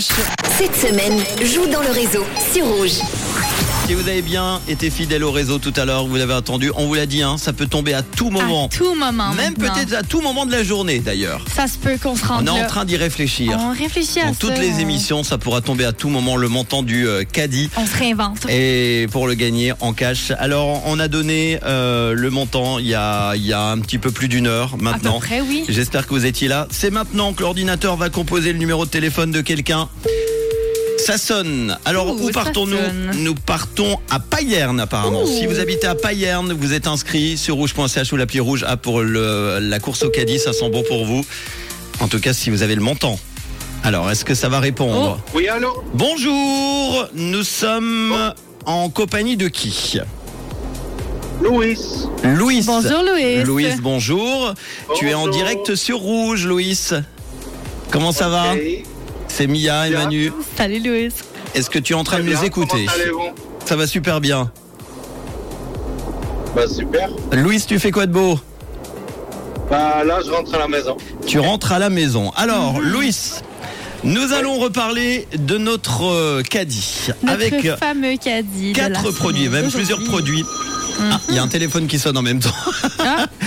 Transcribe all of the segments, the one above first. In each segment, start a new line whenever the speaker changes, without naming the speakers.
Si
Cette semaine, joue dans le réseau sur Rouge.
vous avez bien été fidèle au réseau tout à l'heure, vous l'avez entendu, on vous l'a dit, hein, ça peut tomber à tout moment,
À tout moment.
même
maintenant.
peut-être à tout moment de la journée d'ailleurs.
Ça se peut qu'on se
On
rende.
est en
là.
train d'y réfléchir.
On réfléchit à
Dans
ça,
toutes
on-
les émissions, ça pourra tomber à tout moment le montant du euh, caddie.
On se réinvente.
Et pour le gagner en cash. Alors, on a donné euh, le montant il y a, il y a un petit peu plus d'une heure
À peu
maintenant.
près, Ah, bah, oui.
J'espère que vous étiez là. C'est maintenant que l'ordinateur va composer le numéro de téléphone de quelqu'un. Ça sonne. Alors
Ouh,
où
ça sonne.
partons-nous Nous partons à Payerne apparemment.
Ouh.
Si vous habitez à Payerne, vous êtes inscrit sur rouge.ch ou l'appli rouge A pour le- la course au caddie. Ça sent bon pour vous. En tout cas, si vous avez le montant. Alors, est-ce que ça va
Oh,
répondre
Oui, allô
Bonjour, nous sommes en compagnie de qui
Louis
Louis.
Bonjour Louis.
Louis, bonjour. Tu es en
Bonjour.
direct sur Rouge, Louis. Comment ça va
Hey,
C'est Mia et
Bien.
Manu.
Salut Louis.
Est-ce que tu es en train de
très bien,
nous écouter
Comment allez-vous
Ça va super bien.
Bah super.
Louis, tu fais quoi de beau
Bah là, je rentre à la maison.
Tu rentres à la maison. Alors,
Mhm.
Louis, nous allons reparler de notre euh, caddie
Notre
avec euh,
fameux caddie. de la
quatre
semaine
produits, même
d'aujourd'hui. Mhm.
plusieurs produits. Ah, Il y a un téléphone qui sonne en même temps.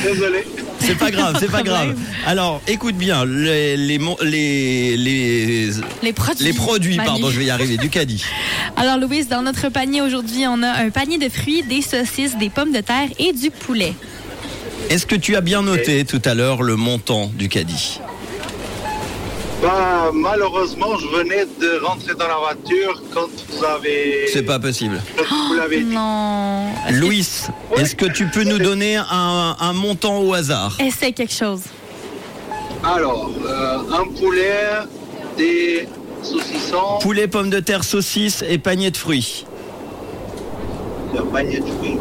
Désolé.
C'est pas grave, c'est pas grave. Alors, écoute bien, les, les, mon- les, les,
Les produits.
les produits,
Manu.
pardon, je vais y arriver, du caddie.
Alors Louis, dans notre panier aujourd'hui, on a un panier de fruits, des saucisses, des pommes de terre et du poulet.
Est-ce que tu as bien noté tout à l'heure le montant du caddie
Bah malheureusement, je venais de rentrer dans la voiture quand vous avez...
C'est pas possible.
quand Vous l'avez dit.
Oh, Non. Est-ce que-
Louis, est-ce que tu peux nous donner un, un montant au hasard
Essaye quelque chose.
Alors, euh, un poulet, des saucissons,
Poulet, pommes de terre, saucisses et panier de fruits.
un panier de fruits.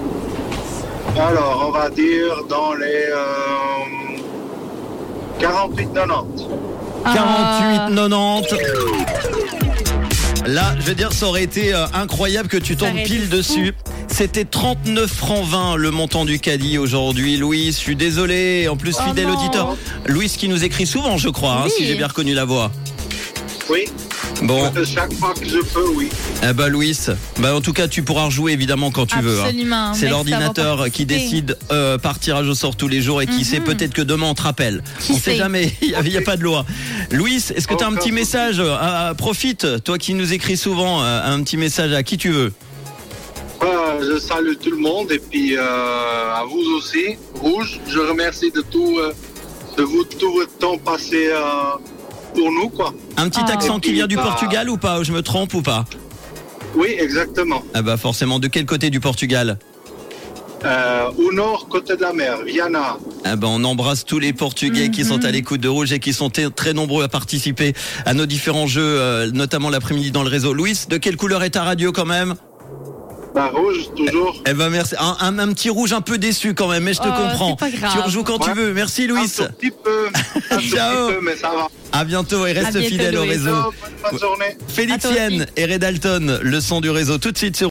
Alors, on va dire dans les... Euh, 48,90.
Ah.
48,90. Là, je veux dire, ça aurait été euh, incroyable que tu
Ça aurait
tombes
été
pile
fou.
dessus. C'était 39 francs 20 le montant du caddie aujourd'hui. Louis, je suis désolé. En plus,
Oh
fidèle
non.
auditeur. Louis qui nous écrit souvent, je crois, hein,
Oui.
si j'ai bien reconnu la voix.
Oui,
Bon,
chaque fois que je peux, oui.
eh ben Louis, bah en tout cas, tu pourras rejouer évidemment quand tu veux. hein.
Absolument.
C'est
Merci d'avoir
l'ordinateur
participé.
qui décide euh, par tirage au sort tous les jours et qui sait peut-être que demain on te rappelle.
Mhm. Qui
on sait
sait
jamais, il n'y a, il y a pas de loi. Louis, est-ce que tu as un
Encore.
petit message euh, à- Profite, toi qui nous écris souvent, euh, un petit message à qui tu veux.
Euh, je salue tout le monde et puis euh, à vous aussi, Rouge. Je remercie de tout, euh, de vous, tout votre temps passé euh, pour nous, quoi.
Un petit
Ah.
accent qui vient du
Bah.
Portugal ou pas Je me trompe ou pas
Oui, exactement.
Ah bah forcément, de quel côté du Portugal
Euh, au nord, côté de la mer, Viana.
Ah ben on embrasse tous les Portugais qui
Mhm.
sont à l'écoute de Rouge et qui sont t- très nombreux à participer à nos différents jeux, euh, notamment l'après-midi dans le réseau. Louis, de quelle couleur est ta radio quand même
Bah, Rouge, toujours.
Eh ben merci. Un, un- un petit rouge un peu déçu quand même, mais je te
Oh,
comprends.
c'est pas grave.
Tu rejoues quand tu
Ouais.
veux. Merci Louis.
Un tout petit peu, un tout
Ciao.
petit peu, mais ça va.
À bientôt et reste
bientôt,
fidèle au
Louis.
réseau.
Ciao, bonne fin de journée.
Félix
À toi aussi.
Yen et Red Alton, le son du réseau tout de suite sur